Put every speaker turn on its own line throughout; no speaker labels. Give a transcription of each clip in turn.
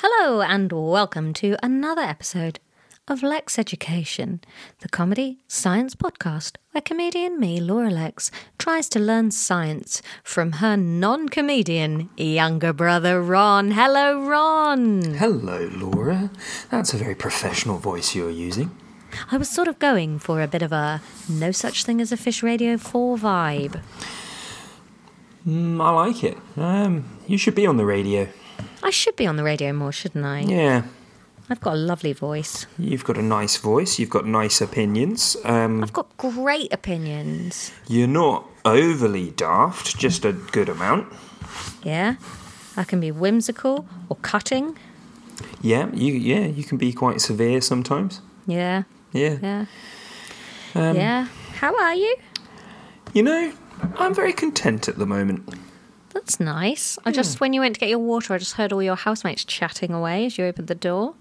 Hello, and welcome to another episode of Lex Education, the comedy science podcast where comedian me, Laura Lex, tries to learn science from her non comedian younger brother, Ron. Hello, Ron.
Hello, Laura. That's a very professional voice you're using.
I was sort of going for a bit of a no such thing as a fish radio 4 vibe.
Mm, I like it. Um, you should be on the radio.
I should be on the radio more, shouldn't I?
Yeah,
I've got a lovely voice.
you've got a nice voice. You've got nice opinions. Um,
I've got great opinions.
you're not overly daft, just a good amount.
Yeah? I can be whimsical or cutting.
Yeah, you yeah you can be quite severe sometimes.
Yeah.
Yeah,
Yeah.
Um,
yeah. How are you?
you know, I'm very content at the moment.
That's nice.
Hmm.
I just, when you went to get your water, I just heard all your housemates chatting away as you opened the door.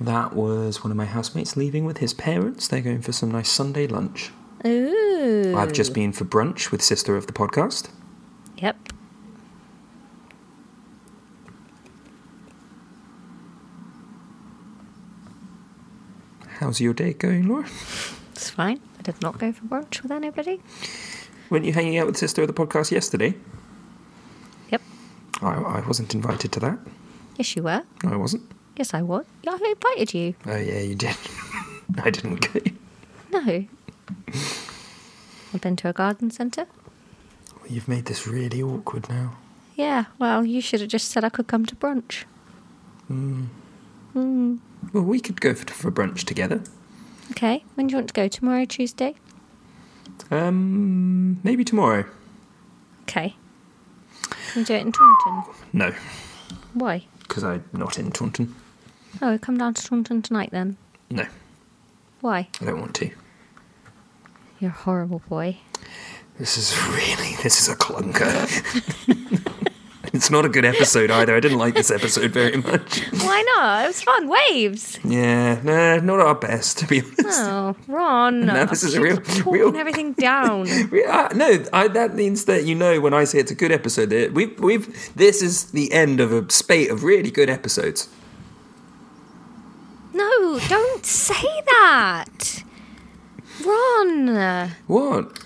That was one of my housemates leaving with his parents. They're going for some nice Sunday lunch.
Ooh.
I've just been for brunch with sister of the podcast.
Yep.
How's your day going, Laura?
It's fine. I did not go for brunch with anybody.
Weren't you hanging out with sister of the podcast yesterday?
Yep.
I, I wasn't invited to that.
Yes, you were.
I wasn't.
Yes, I was. Yeah, I invited you.
Oh yeah, you did. I didn't go.
No. I've been to a garden centre.
You've made this really awkward now.
Yeah, well, you should have just said I could come to brunch.
Hmm.
Hmm.
Well, we could go for, for brunch together.
Okay, when do you want to go? Tomorrow, Tuesday?
Um, maybe tomorrow.
Okay. Can we do it in Taunton?
No,
Why?
because I'm not in Taunton.
Oh, come down to Taunton tonight then.
No,
Why?
I don't want to.
You're a horrible boy.
This is really this is a clunker. it's not a good episode either. I didn't like this episode very much.
Why not? It was fun. Waves.
Yeah, nah, not our best to be honest.
Oh, Ron.
No, this is a
Keep
real-
talking
real-
everything down.
We are, no, I, that means that you know when I say it's a good episode that we've we've this is the end of a spate of really good episodes.
no, don't say that. Ron. I
What?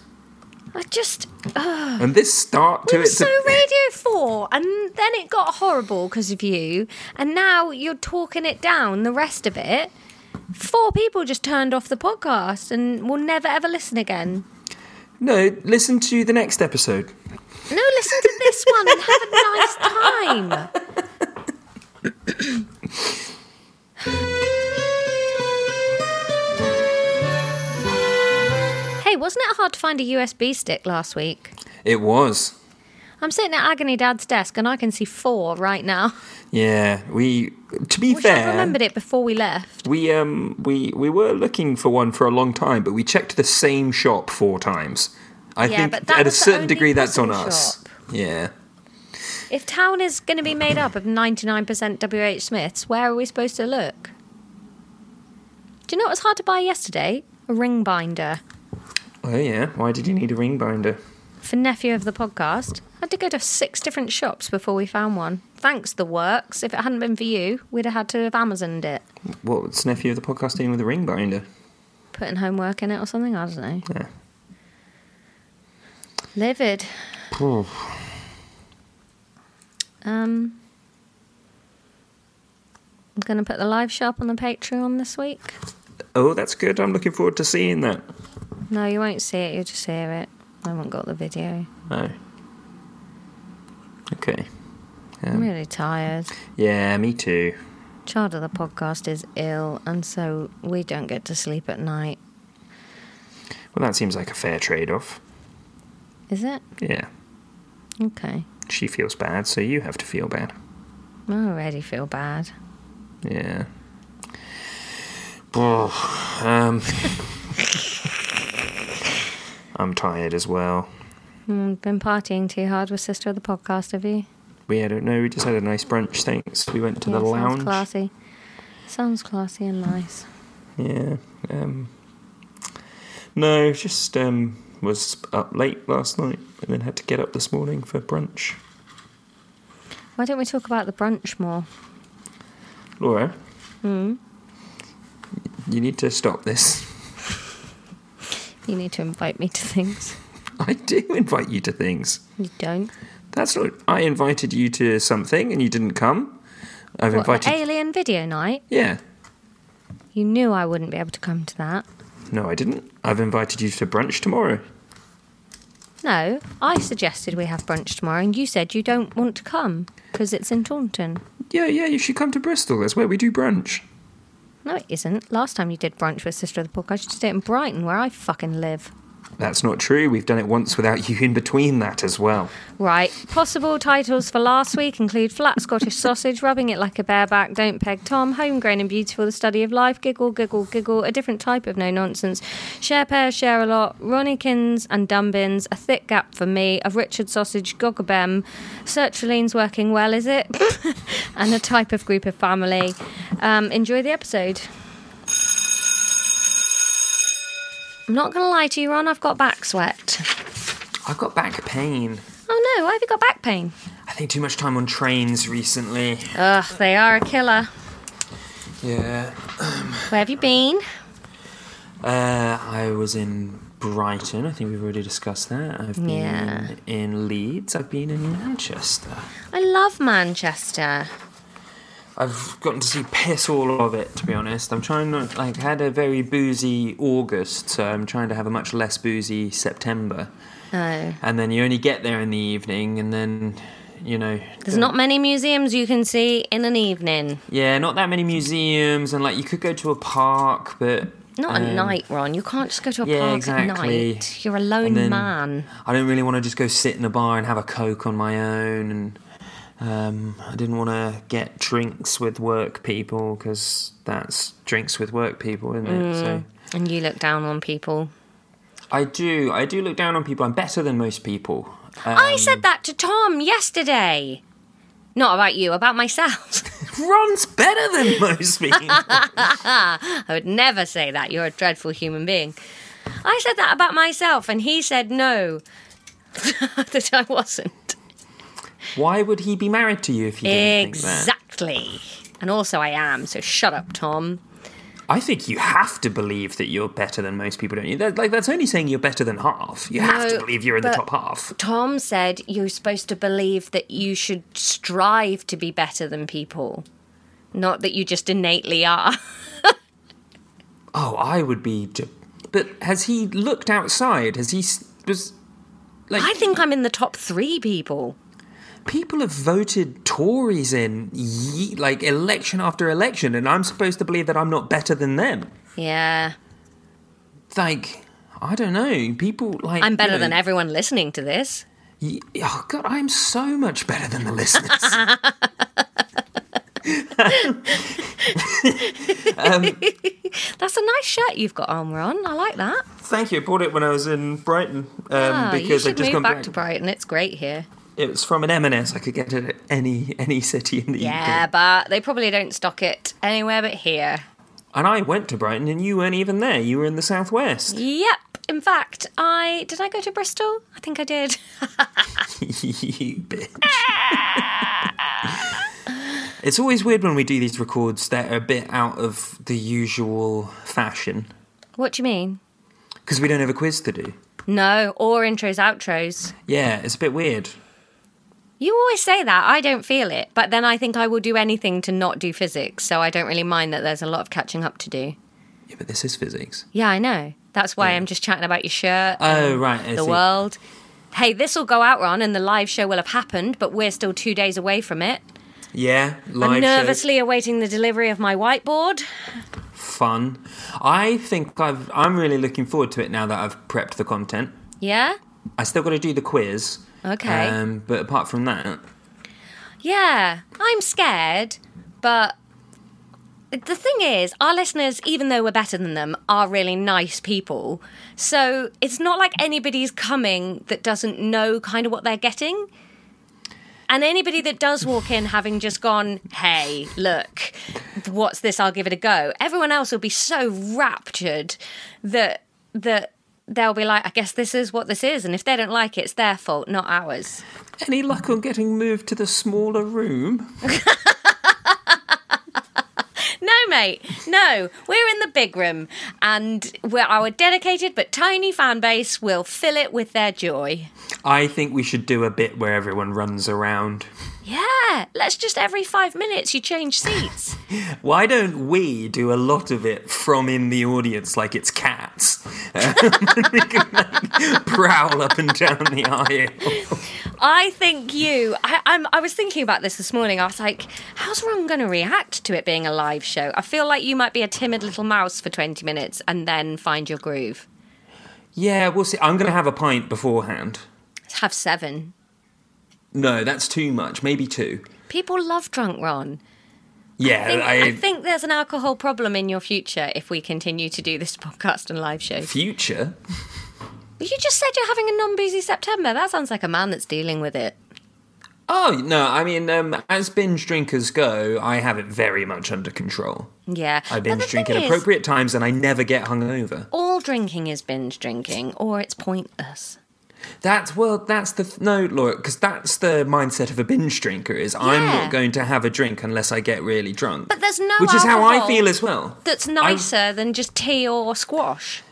just. Uh,
And this start
we
to
were
it.
so
to,
Radio 4, and then it got horrible because of you, and now you're talking it down, the rest of it. Four people just turned off the podcast and will never ever listen again.
no, listen to the next episode.
No, listen to this one and have a nice time. hey, wasn't it hard to find a USB stick last week?
It was.
I'm sitting at Agony Dad's desk and I can see four right now.
Yeah, we. To be
Wish I
fair,
remembered it before we left.
we um we we were looking for one for a long time, but we checked the same shop four times. I
Yeah,
think
but that
at a
was the
certain
only
degree that's on
possible
us.
shop.
Yeah.
If town is going to be made up of 99% WH Smiths, where are we supposed to look? Do you know what was hard to buy yesterday? A ring binder.
Oh yeah. Why did you need a ring binder?
for nephew of the podcast. Had to go to six different shops before we found one. Thanks, the works. If it hadn't been for you, we'd have had to have Amazoned it,
What's nephew of the podcast doing with a ring binder?
putting homework in it or something. I don't know.
Yeah.
Livid.
Oh.
Um, I'm going to put the live shop on the Patreon this week.
Oh, that's good. I'm looking forward to seeing that.
No, you won't see it. You'll just hear it. I haven't got the video.
Oh. Okay. Um,
I'm
Mm.
really tired.
Yeah, me too.
Child of the podcast is ill, and so we don't get to sleep at night.
Well, that seems like a fair trade off.
Is it?
Yeah.
Okay.
She feels bad, so you have to feel bad.
I already feel bad.
Yeah. Oh, um. I'm tired as well.
Mm, been partying too hard with sister of the podcast, have you?
We had a, no, we just had a nice brunch. Thanks. We went to the
sounds
lounge.
classy. Sounds classy and nice.
Yeah. Um, no, just um, was up late last night and then had to get up this morning for brunch.
Why don't we talk about the brunch more?
Laura,
Hmm,
you need to stop this.
You need to invite me to things.
I do invite you to things.
You don't.
That's not. I invited you to something and you didn't come. I've
What, the
invited.
alien video night?
yeah.
You knew I wouldn't be able to come to that.
No, I didn't. I've invited you to brunch tomorrow.
No, I suggested we have brunch tomorrow, and you said you don't want to come because it's in Taunton.
Yeah, yeah, you should come to Bristol. That's where we do brunch.
No, it isn't. Last time you did brunch with Sister of the Pork, I just did it in Brighton, where I fucking live.
That's not true. We've done it once without you in between that as well.
Right. Possible titles for last week include Flat Scottish Sausage, Rubbing It Like a Bareback, Don't Peg Tom, Homegrown and Beautiful, The Study of Life, Giggle, Giggle, Giggle, A Different Type of No Nonsense, Share Pair, Share a Lot, Ronnikins and Dumbins, A Thick Gap for Me, A Richard Sausage, Gogabem, Sertraline's Working Well, Is It? and A Type of Group of Family. Um, enjoy the episode. I'm not going to lie to you, Ron, I've got back sweat.
I've got back pain.
Oh no, why have you got back pain?
I think too much time on trains recently.
Ugh, they are a killer.
Yeah.
Where have you been?
Uh, I was in Brighton. I think we've already discussed that. I've been
Yeah.
in Leeds. I've been in Manchester.
I love Manchester.
I've gotten to see piss all of it, to be honest. I'm trying not like had a very boozy August, so I'm trying to have a much less boozy September.
Oh,
And then you only get there in the evening, and then you know
there's
the-
not many museums you can see in an evening.
yeah, not that many museums, and like you could go to a park, but
Not at
um,
night, Ron. You can't just go to a
yeah,
park at
exactly.
night. You're a
and
lone
then
man.
I don't really want to just go sit in a bar and have a coke on my own, and um, I didn't want to get drinks with work people because that's drinks with work people, isn't it?
Mm.
So.
And you look down on people.
I do. I do look down on people. I'm better than most people. Um,
I said that to Tom yesterday. Not about you, about myself.
Ron's better than most people.
I would never say that. You're a dreadful human being. I said that about myself, and he said no, that I wasn't.
Why would he be married to you if you didn't think that?
Exactly. And also, I am, so shut up, Tom.
I think you have to believe that you're better than most people, don't you? That, like that's only saying you're better than half. You have to
No,
believe you're in the
but-
top half.
Tom said you're supposed to believe that you should strive to be better than people, not that you just innately are.
Oh, I would be. j- But has he looked outside? Has he s- was like
I think I'm in the top three people.
people have voted Tories in ye- like election after election, and I'm supposed to believe that I'm not better than them?
Yeah.
like I don't know. People like
I'm better
you know,
than everyone listening to this.
y- oh god, I'm so much better than the listeners.
That's a nice shirt you've got on, Ron. I like that.
Thank you. I bought it when I was in Brighton um,
Ah, you
because I
should
just
move
gone
back,
back.
to Brighton. It's great here.
It was from an M&S. I could get it at any any city in the
Yeah,
UK.
but they probably don't stock it anywhere but here.
And I went to Brighton, and you weren't even there. You were in the southwest.
Yep. In fact, I did I go to Bristol? I think I did.
you bitch. it's always weird when we do these records that are a bit out of the usual fashion
What do you mean?
because we don't have a quiz to do.
No, or intros, outros.
Yeah, it's a bit weird.
You always say that. I don't feel it. But then I think I will do anything to not do physics. So I don't really mind that there's a lot of catching up to do.
Yeah, but this is physics.
Yeah, I know. That's why I'm just chatting about your shirt,
Oh right, I
the
see.
world. Hey, this will go out, Ron, and the live show will have happened, but we're still two days away from it.
Yeah,
I'm
live shows,
nervously awaiting the delivery of my whiteboard.
fun. I think I've. I'm really looking forward to it now that I've prepped the content.
Yeah?
I still got to do the quiz.
Okay.
Um, but apart from that,
Yeah, I'm scared, but the thing is, our listeners, even though we're better than them, are really nice people. So it's not like anybody's coming that doesn't know kind of what they're getting. And anybody that does walk in having just gone, hey, look, what's this? I'll give it a go. Everyone else will be so raptured that that they'll be like, I guess this is what this is. And if they don't like it, it's their fault, not ours.
any luck on getting moved to the smaller room?
mate. No, we're in the big room, and we're, our dedicated but tiny fan base will fill it with their joy.
I think we should do a bit where everyone runs around.
Yeah, let's just every five minutes you change seats.
Why don't we do a lot of it from in the audience like it's cats? Um, we can like, prowl up and down the aisle.
I think you. I, I'm, I was thinking about this this morning. I was like, how's Ron going to react to it being a live show? I feel like you might be a timid little mouse for 20 minutes and then find your groove.
Yeah, we'll see. I'm going to have a pint beforehand.
Have seven.
No, that's too much. Maybe two.
People love drunk Ron.
Yeah,
I think,
Uh, I,
I think there's an alcohol problem in your future if we continue to do this podcast and live shows.
future.
You just said you're having a non boozy September. That sounds like a man that's dealing with it.
Oh no, I mean, um, as binge drinkers go, I have it very much under control.
Yeah.
I
But the
binge drink
thing
at
is,
appropriate times, and I never get hungover.
All drinking is binge drinking, or it's pointless.
That's well, that's the th- no, Laura, because that's the mindset of a binge drinker: is I'm
Yeah.
not going to have a drink unless I get really drunk.
But there's no
which is how I
alcohol
feel as well.
That's nicer than just tea or squash.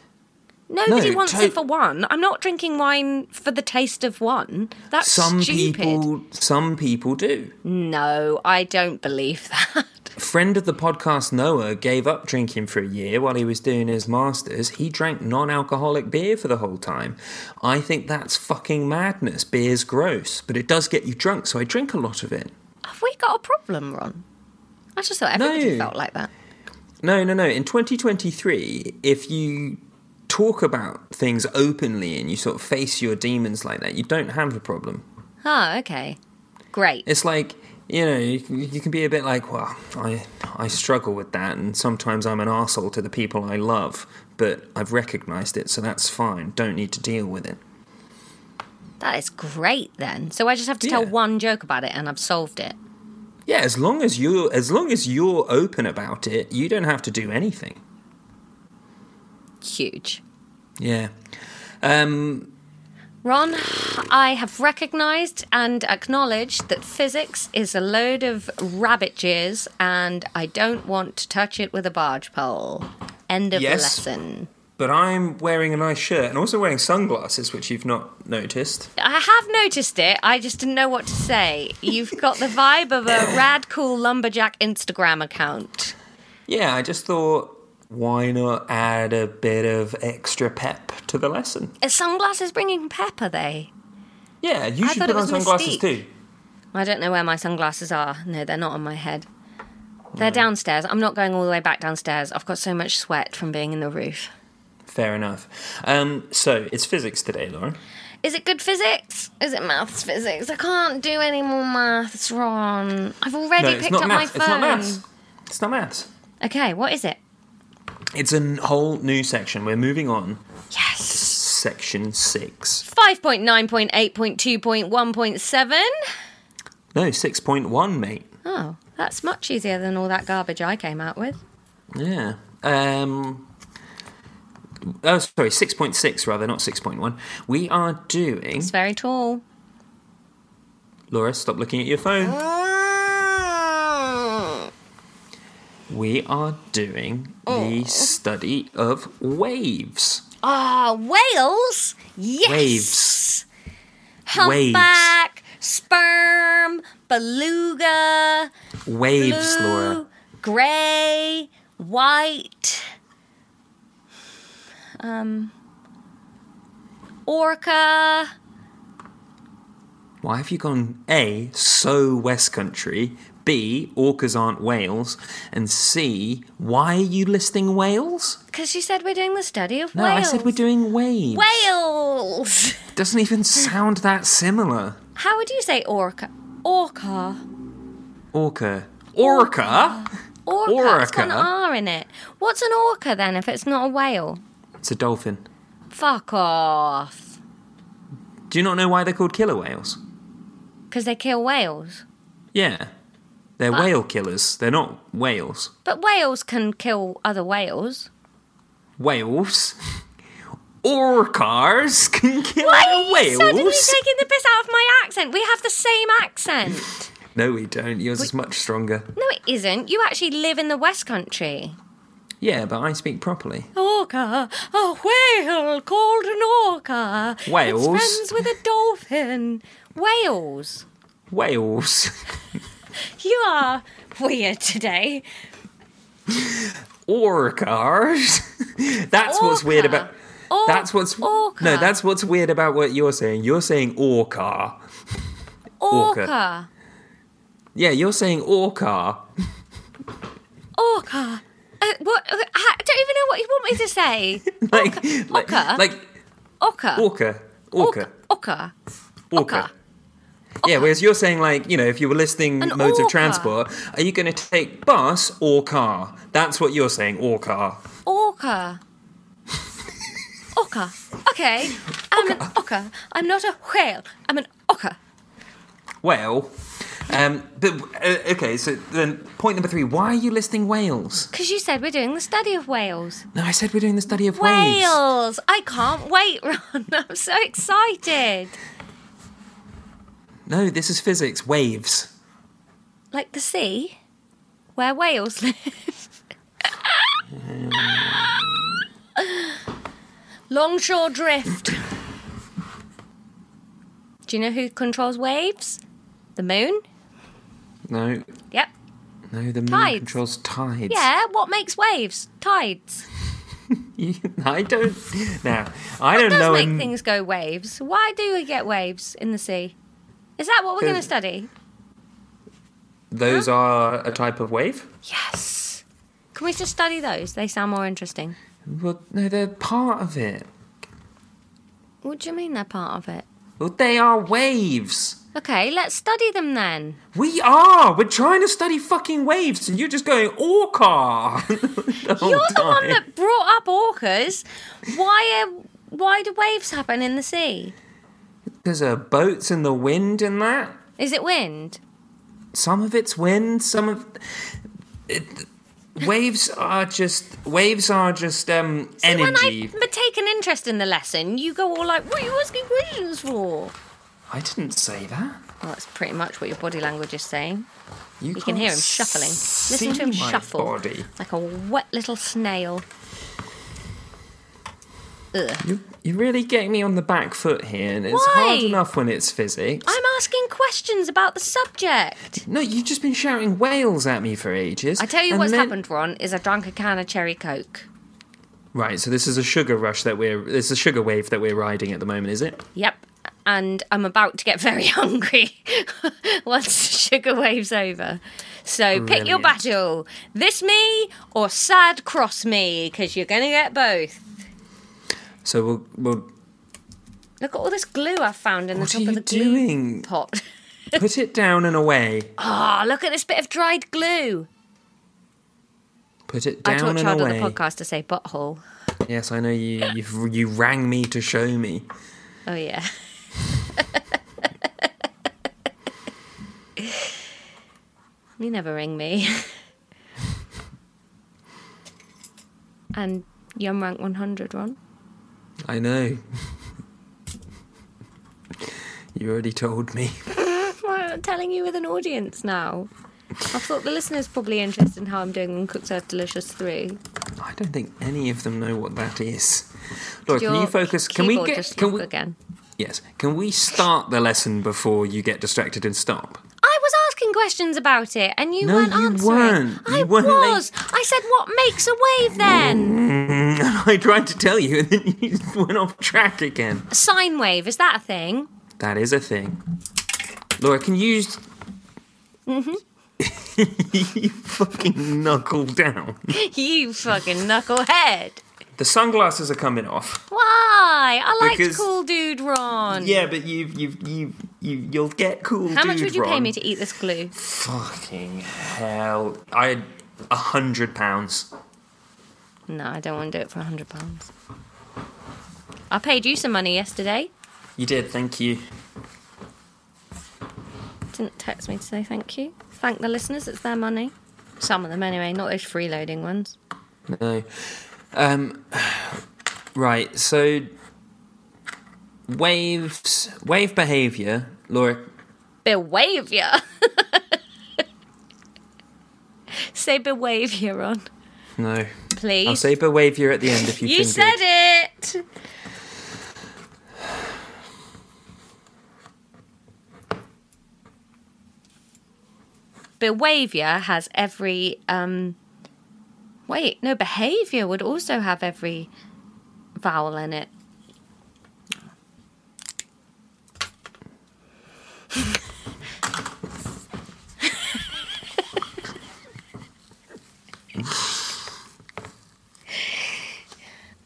Nobody
No,
wants
to-
it for one. I'm not drinking wine for the taste of one. That's
Some
stupid.
people, some people do.
No, I don't believe that.
Friend of the podcast Noah gave up drinking for a year while he was doing his masters. He drank non-alcoholic beer for the whole time. I think that's fucking madness. Beer's gross, but it does get you drunk, so I drink a lot of it.
Have we got a problem, Ron? I just thought everybody
No.
felt like that.
No, no, no. In 2023, if you talk about things openly and you sort of face your demons like that, you don't have a problem.
Oh, okay. Great.
It's like, you know, you can, you can be a bit like, well, I, I struggle with that, and sometimes I'm an arsehole to the people I love, but I've recognized it, so that's fine. Don't need to deal with it.
That is great then. So I just have to tell
Yeah.
one joke about it and I've solved it.
Yeah, as long as you as long as you're open about it, you don't have to do anything.
Huge.
Yeah. Um,
Ron, I have recognized and acknowledged that physics is a load of rabbit jeers and I don't want to touch it with a barge pole. End of
Yes.
lesson.
but I'm wearing a nice shirt and also wearing sunglasses, which you've not noticed.
I have noticed it. I just didn't know what to say. You've got the vibe of a rad cool lumberjack Instagram account.
Yeah, I just thought, why not add a bit of extra pep to the lesson?
Are sunglasses bringing pep, are they?
Yeah, you
I
should
thought it
put on
was
sunglasses
Mystique.
too.
I don't know where my sunglasses are. No, they're not on my head. They're downstairs. I'm not going all the way back downstairs. I've got so much sweat from being in the roof.
Fair enough. Um, so it's physics today, Lauren.
Is it good physics? Is it maths physics? I can't do any more maths, Ron. I've already
No, it's
picked
not
up my
maths.
phone.
It's not maths. It's not maths.
Okay, what is it?
It's a n- whole new section. We're moving on.
Yes.
Section six.
5.9.8.2.1.7.
No, six point one, mate.
Oh, that's much easier than all that garbage I came out with.
Yeah. Um. Oh, sorry, six point six rather, not six point one. We are doing.
It's very tall.
Laura, stop looking at your phone. We are doing the study of waves.
Ah, whales? Yes.
Waves.
Humpback, sperm, beluga,
Waves, Laura.
blue, grey, white, um, orca.
Why have you gone A, so West Country, B, orcas aren't whales, and C, why are you listing whales?
Because you said we're doing the study of
No,
whales.
I said we're doing waves.
whales.
Doesn't even sound that similar.
How would you say orca? Orca.
Orca. Orca?
Orca. It's got an
Orca?
R in it. What's an orca then if it's not a whale?
It's a dolphin.
Fuck off.
Do you not know why they're called killer whales?
Because they kill whales.
Yeah. They're whale killers. They're not whales.
But whales can kill other whales.
Whales. Orcars can kill
Why are you
whales.
suddenly taking the piss out of my accent? We have the same accent.
No, we don't. Yours is much stronger.
No, it isn't. You actually live in the West Country.
Yeah, but I speak properly.
Orca, a whale called an orca. It's
Whales?
friends with a dolphin. Whales.
Wales.
You are weird today.
Orcars. that's what's weird
Orca.
about.
Or-
That's what's
orca.
no. That's what's weird about what you're saying. You're saying orcar.
orca.
orca.
Orca.
Yeah, you're saying orcar.
Uh, what? uh, I don't even know what you want me to say.
like, like,
orca?
like
Orca.
orca, orca,
Orca.
orca.
orca.
Yeah, whereas you're saying like, you know, if you were listing
An
modes
orca.
of transport, are you going to take bus or car? That's what you're saying, or car.
Orca. Orca. Okay. I'm an orca. I'm not a whale. I'm an orca.
Well, um, but uh, okay. So then, point number three: Why are you listing whales?
Because you said we're doing the study of whales.
No, I said we're doing the study of waves.
Whales! I can't wait, Ron. I'm so excited.
No, this is physics. Waves.
Like the sea, where whales live. Longshore drift. Do you know who controls waves? The moon?
No,
Yep.
no, the moon
Tides.
controls tides.
Yeah, what makes waves? Tides.
You- I don't. Now, I
It
don't
does
know.
make
an-
things go waves. Why do we get waves in the sea? Is that what we're going to
Cause-
study?
Those are a type of wave.
Yes. Can we just study those? They sound more interesting.
Well, no, they're part of it.
What do you mean they're part of it?
Well, they are waves.
Okay, let's study them then.
We are. We're trying to study fucking waves, and you're just going orca. the whole
You're the one
time.
that brought up orcas. Why are, why do waves happen in the sea?
There's a boats in the wind in that.
Is it wind?
Some of it's wind. Some of it, waves are just waves are just um
See, When
energy.
I m- take an interest in the lesson, you go all like, "What are you asking questions for?"
I didn't say that.
Well, that's pretty much what your body language is saying.
You,
You can hear him shuffling. Listen to him shuffle
Body.
like a wet little snail. Ugh.
You, you're really getting me on the back foot here, and it's
Why?
hard enough when it's physics.
I'm asking questions about the subject.
No, you've just been shouting whales at me for ages.
I tell you
and
what's
then-
happened, Ron, is I drank a can of cherry coke.
Right, so this is a sugar rush that we're. It's a sugar wave that we're riding at the moment, is it?
Yep. And I'm about to get very hungry once the sugar wave's over. So pick your
Brilliant.
battle. This me or sad cross me, because you're going to get both.
So we'll. we'll
Look at all this glue I've found in
What
the
are
top of
you
the glue
doing?
pot.
put it down and away.
Ah, look at this bit of dried glue.
Put it
I taught
down
Child
and
on the
away.
podcast to say butthole.
yes, I know you. You've, you rang me to show me.
Oh, yeah. you never ring me. and you're on rank 100, Ron.
I know. you already told me.
Well, I'm telling you with an audience now. I thought the listeners probably interested in how I'm doing on Cook Serve Delicious 3.
I don't think any of them know what that is. Look, can
Your
you focus? Can we
keyboard
get?
just
Can
look
we?
again?
Yes. Can we start the lesson before you get distracted and stop?
I was asking questions about it and you
No,
weren't
you
answering.
weren't.
I
You weren't like-
was. I said, what makes a wave then?
I tried to tell you, and then you went off track again.
A sine wave, is that a thing?
That is a thing. Laura, can you? Mm-hmm. you fucking knuckle down.
You fucking knucklehead.
The sunglasses are coming off.
Why? I liked
Because-
cool dude Ron.
Yeah, but you've you've you've you you'll get cool.
How much
dude,
would you pay
Ron.
me to eat this glue?
Fucking hell! I a hundred pounds.
No, I don't want to do it for a hundred pounds. I paid you some money yesterday.
You did, thank you.
Didn't text me to say thank you. Thank the listeners, it's their money. Some of them anyway, not those freeloading ones.
No. Um, right, so waves, wave behavior, Laura.
Behavior. say behaviour on,
No. I'll
please?
say behaviour at the end if you've
you
been
said
good.
it. Behavior has every. Um, wait, no, behavior would also have every vowel in it.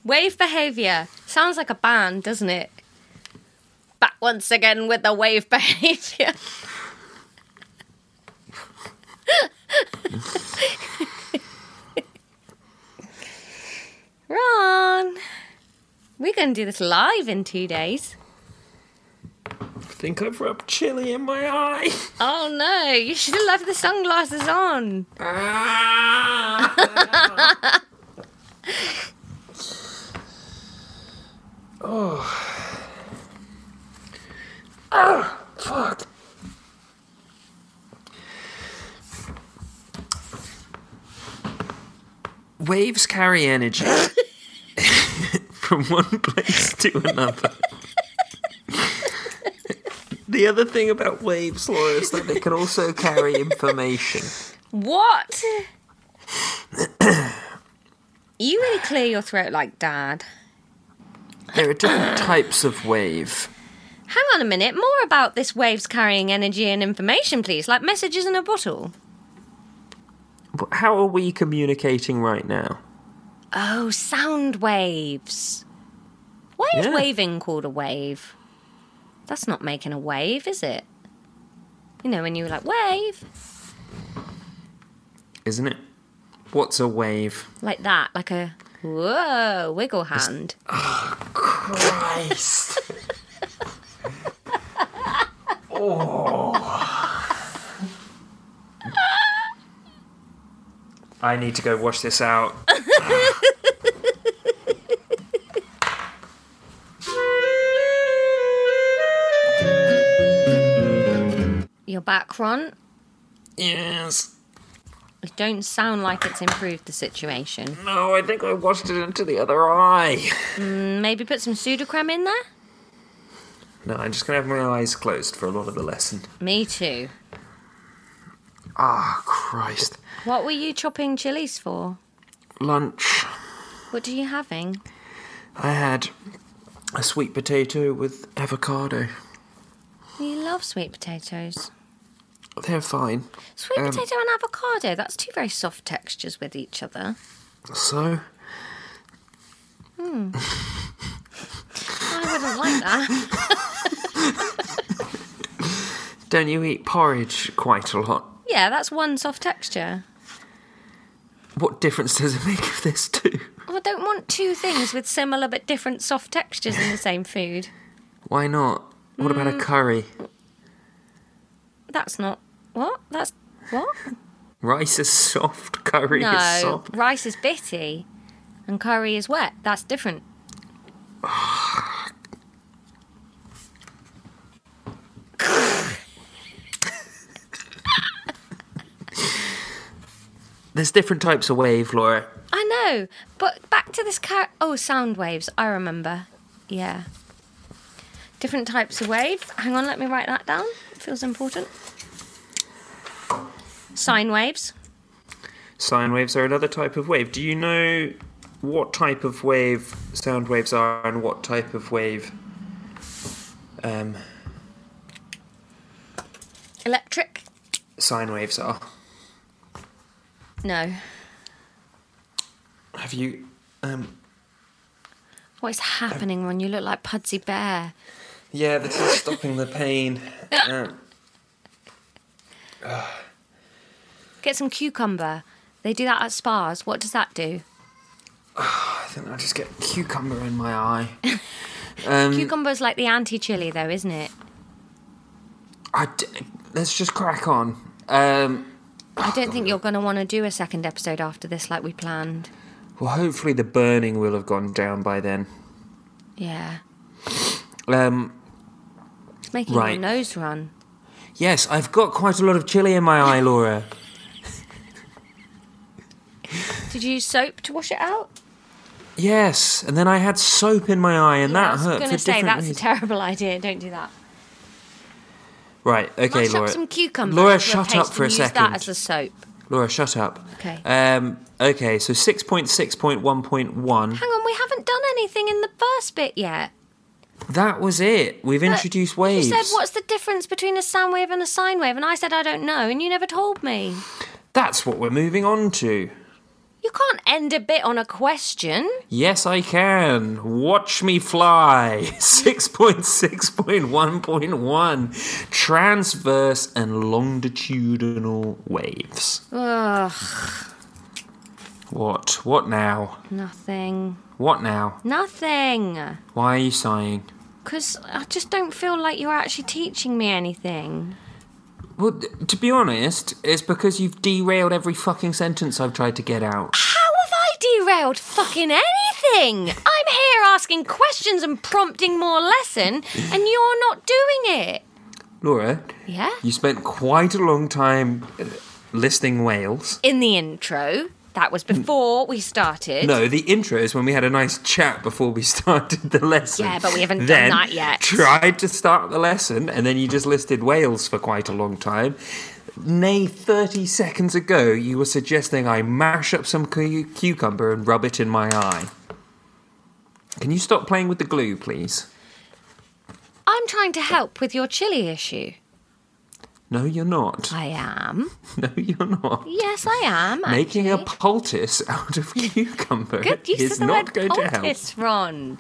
Wave behavior sounds like a band, doesn't it? Back once again with the wave behavior. Ron, we're going to do this live in two days.
I think I've rubbed chili in my eye.
Oh no, you should have left the sunglasses on.
Ah! oh. Ah, fuck. Waves carry energy from one place to another. the other thing about waves, Laura, is that they can also carry information.
What? you really clear your throat like dad.
There are different types of wave.
Hang on a minute, more about this waves carrying energy and information, please, like messages in a bottle.
But how are we communicating right now?
Oh, sound waves. Why is
Yeah.
waving called a wave? That's not making a wave, is it? You know, when you were like, wave,
Isn't it? What's a wave?
like that, like a whoa, wiggle hand.
Christ! oh. I need to go wash this out.
You're back, Ron.
Yes.
It don't sound like it's improved the situation.
No, I think I washed it into the other eye.
Maybe put some pseudocreme in there?
No, I'm just gonna have my eyes closed for a lot of the lesson.
Me too.
Ah, Christ.
What were you chopping chilies for?
Lunch.
What are you having?
I had a sweet potato with avocado.
You love sweet potatoes.
They're fine.
Sweet
Um,
potato and avocado, that's two very soft textures with each other.
So,
I wouldn't like that.
don't you eat porridge quite a lot?
Yeah, that's one soft texture.
What difference does it make if there's two?
Oh, I don't want two things with similar but different soft textures in the same food.
Why not? What about a curry?
That's not. What? That's. What?
Rice is soft, curry is
No.
soft.
Rice is bitty and curry is wet. That's different.
There's different types of wave, Laura.
I know, but back to this car. Oh, sound waves. I remember. Yeah. Different types of wave. Hang on, let me write that down. It feels important. Sine waves.
Sine waves are another type of wave. Do you know what type of wave sound waves are and what type of wave um,
Electric.
sine waves are?
No.
Have you. Um,
What is happening, Ron? You look like Pudsey Bear.
Yeah, this is stopping the pain. Um,
Get some cucumber. They do that at spas. What does that do?
I think I just get cucumber in my eye. Um,
Cucumber's like the anti chili, though, isn't it?
I d- let's just crack on. Um,
I don't think you're going to want to do a second episode after this like we planned.
well, hopefully the burning will have gone down by then.
Yeah.
Um,
It's making
Right.
your nose run.
yes, I've got quite a lot of chili in my eye, Laura.
Did you use soap to wash it out?
Yes, and then I had soap in my eye, and
I
that
was
hurt
going
for
to say
different
that's
reasons.
a terrible idea. Don't do that.
right, okay,
Mash
Laura.
up some cucumbers.
Laura,
to a
shut
paste
up for a
and Use
second.
that as a soap.
Laura, shut up.
Okay.
Um, okay, so 6.6.1.1.
Hang on, we haven't done anything in the first bit yet.
That was it. We've
But
introduced waves.
You said, "What's the difference between a sound wave and a sine wave?" And I said, "I don't know," and you never told me.
That's what we're moving on to.
You can't end a bit on a question.
Yes, I can. Watch me fly. 6.6.1.1 Transverse and longitudinal waves.
Ugh,
What? What now?
nothing,
What now?
nothing.
Why are you sighing?
Because I just don't feel like you're actually teaching me anything.
Well, th- to be honest, it's because you've derailed every fucking sentence I've tried to get out.
How have I derailed fucking anything? I'm here asking questions and prompting more lesson, and you're not doing it.
Laura,
Yeah?
you spent quite a long time uh, listing whales.
In the intro, that was before we started.
No, the intro is when we had a nice chat before we started the lesson.
Yeah, but we haven't done
then
that yet.
Tried to start the lesson, and then you just listed whales for quite a long time. Nay, 30 seconds ago, you were suggesting I mash up some cu- cucumber and rub it in my eye. Can you stop playing with the glue, please?
I'm trying to help with your chili issue.
No, you're not.
I am.
No, you're not.
Yes, I am.
Making a
actually.
poultice out of cucumber
Good, you
is
said the
not
word
going to help.
poultice, Ron.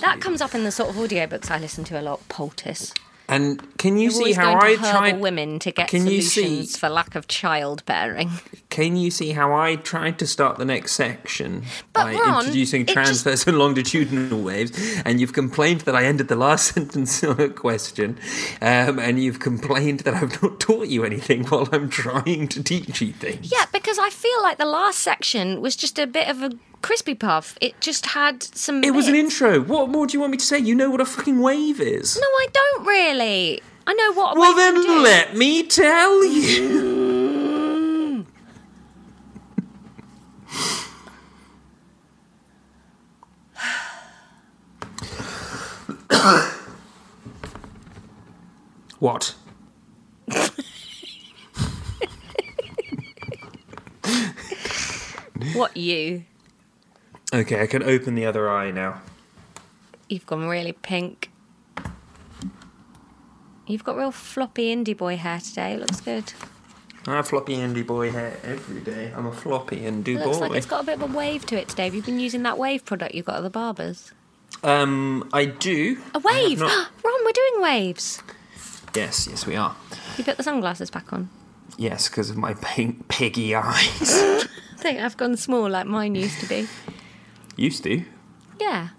That comes up in the sort of audiobooks I listen to a lot, poultice.
And can you see
always
how I
going to herbal
tried?
women to get
Can you see-
solutions for lack of childbearing.
Can you see how I tried to start the next section
But
by
Ron,
introducing
it just-
transverse and longitudinal waves? And you've complained that I ended the last sentence on a question, um, and you've complained that I've not taught you anything while I'm trying to teach you things.
Yeah, because I feel like the last section was just a bit of a crispy puff. It just had some.
It was an
bits.
intro. What more do you want me to say? You know what a fucking wave is.
No, I don't really. I know what.
well,
we can do.
then let me tell you. what?
What you?
Okay, I can open the other eye now.
You've gone really pink. You've got real floppy indie boy hair today. It looks good.
I have floppy indie boy hair every day. I'm a floppy indie
It looks
boy.
like it's got a bit of a wave to it today. Have you been using that wave product you got at the barber's?
um, I do.
A
I have
wave!
not-
Ron, we're doing waves.
yes, yes, we are.
You put the sunglasses back on.
Yes, because of my pink piggy eyes.
They have gone small like mine used to be.
Used to.
Yeah.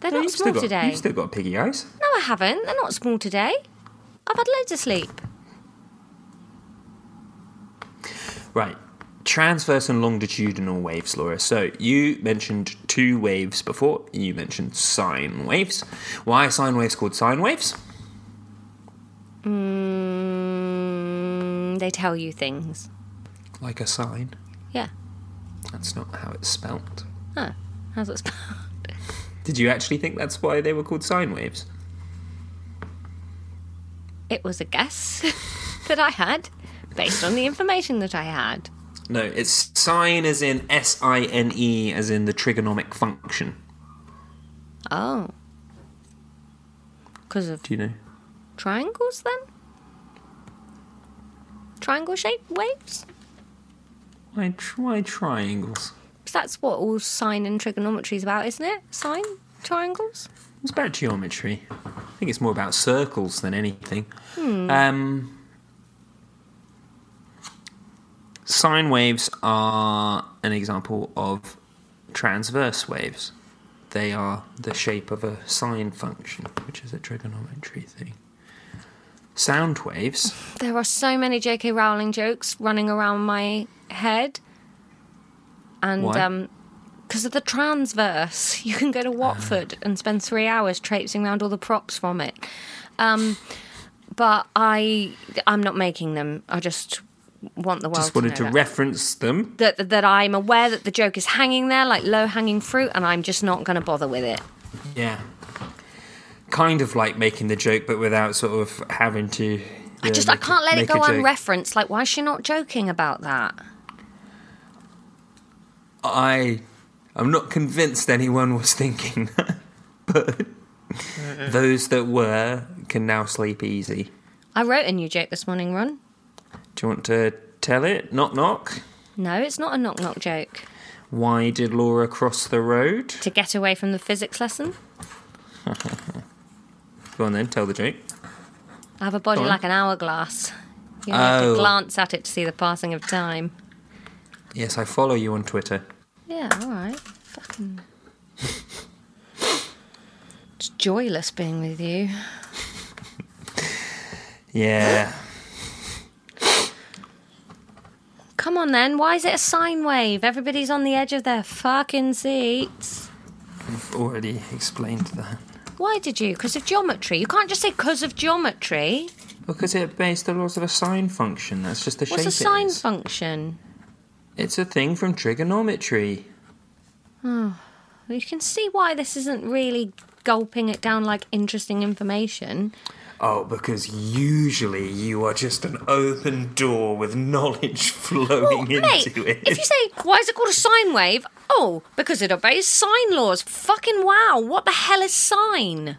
They're
No,
not
you've still
small
got-
today.
You've still got piggy eyes.
No, I haven't. They're not small today. I've had loads of sleep.
Right. Transverse and longitudinal waves, Laura. So you mentioned two waves before. You mentioned sine waves. Why are sine waves called sine waves?
Mm, they tell you things.
Like a sine.
Yeah.
That's not how it's spelt.
Oh, how's it spelled?
Did you actually think that's why they were called sine waves?
It was a guess that I had based on the information that I had.
No, it's sine as in S I N E, as in the trigonomic function.
Oh. Because of
Do you know?
triangles then? Triangle shaped waves?
Why, why triangles?
'Cause that's what all sine and trigonometry is about, isn't it? Sine? Triangles?
It's about geometry. I think it's more about circles than anything.
Hmm.
Um, sine waves are an example of transverse waves. They are the shape of a sine function, which is a trigonometry thing. Sound waves.
There are so many J.K. Rowling jokes running around my head, and
Why? Ah.
um 'cause because of the transverse, you can go to Watford and spend three hours traipsing around all the props from it. Um, but I, I'm not making them. I just want the world
Just wanted
to
to
know that.
reference them.
that. that that I'm aware that the joke is hanging there like low hanging fruit, and I'm just not going to bother with it.
Yeah. Kind of like making the joke, but without sort of having to.
I just I can't let it go unreferenced. Like, why is she not joking about that?
I, I'm not convinced anyone was thinking that, but those that were can now sleep easy.
I wrote a new joke this morning, Ron.
Do you want to tell it? Knock knock.
No, it's not a knock knock joke.
Why did Laura cross the road?
To get away from the physics lesson,
Go on then, tell the joke.
I have a body
Go on.
like an hourglass. You have to
Oh.
glance at it to see the passing of time.
Yes, I follow you on Twitter.
Yeah, all right. Fucking. it's joyless being with you.
Yeah.
Come on then, why is it a sine wave? Everybody's on the edge of their fucking seats.
I've already explained that.
Why did you? Because of geometry. You can't just say because of geometry.
Because it based the laws of a sine function. That's just the shape
What's a
it
sine
is.
function?
It's a thing from trigonometry.
You can see why this isn't really gulping it down like interesting information.
Oh, because usually you are just an open door with knowledge flowing
mate,
into it.
if you say, why is it called a sine wave? Oh, because it obeys sine laws. Fucking wow, what the hell is sine?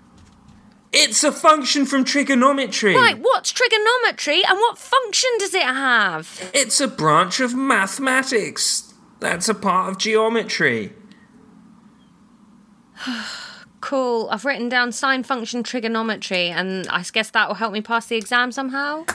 It's a function from trigonometry.
Right, what's trigonometry and what function does it have?
It's a branch of mathematics. That's a part of geometry.
Cool, I've written down sine function trigonometry, and I guess that will help me pass the exam somehow.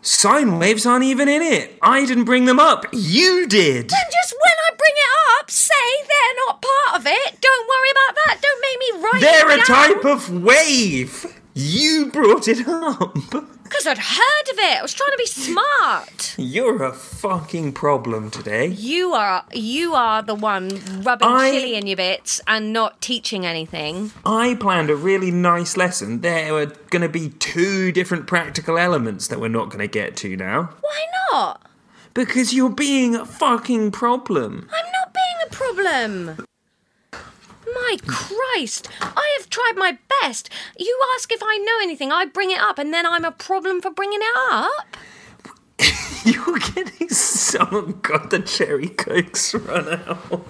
Sine waves aren't even in it. I didn't bring them up. You did.
And just when I bring it up, say they're not part of it. Don't worry about that. Don't make me write
They're
it
a type of wave. You brought it up.
Because I'd heard of it. I was trying to be smart.
You're a fucking problem today.
You are you are the one rubbing
I-
chili in your bits and not teaching anything.
I planned a really nice lesson. There were going to be two different practical elements that we're not going to get to now.
Why not?
Because you're being a fucking problem.
I'm not being a problem. My Christ, I have tried my best. You ask if I know anything, I bring it up, and then I'm a problem for bringing it up.
You're getting so God, the cherry cokes run out.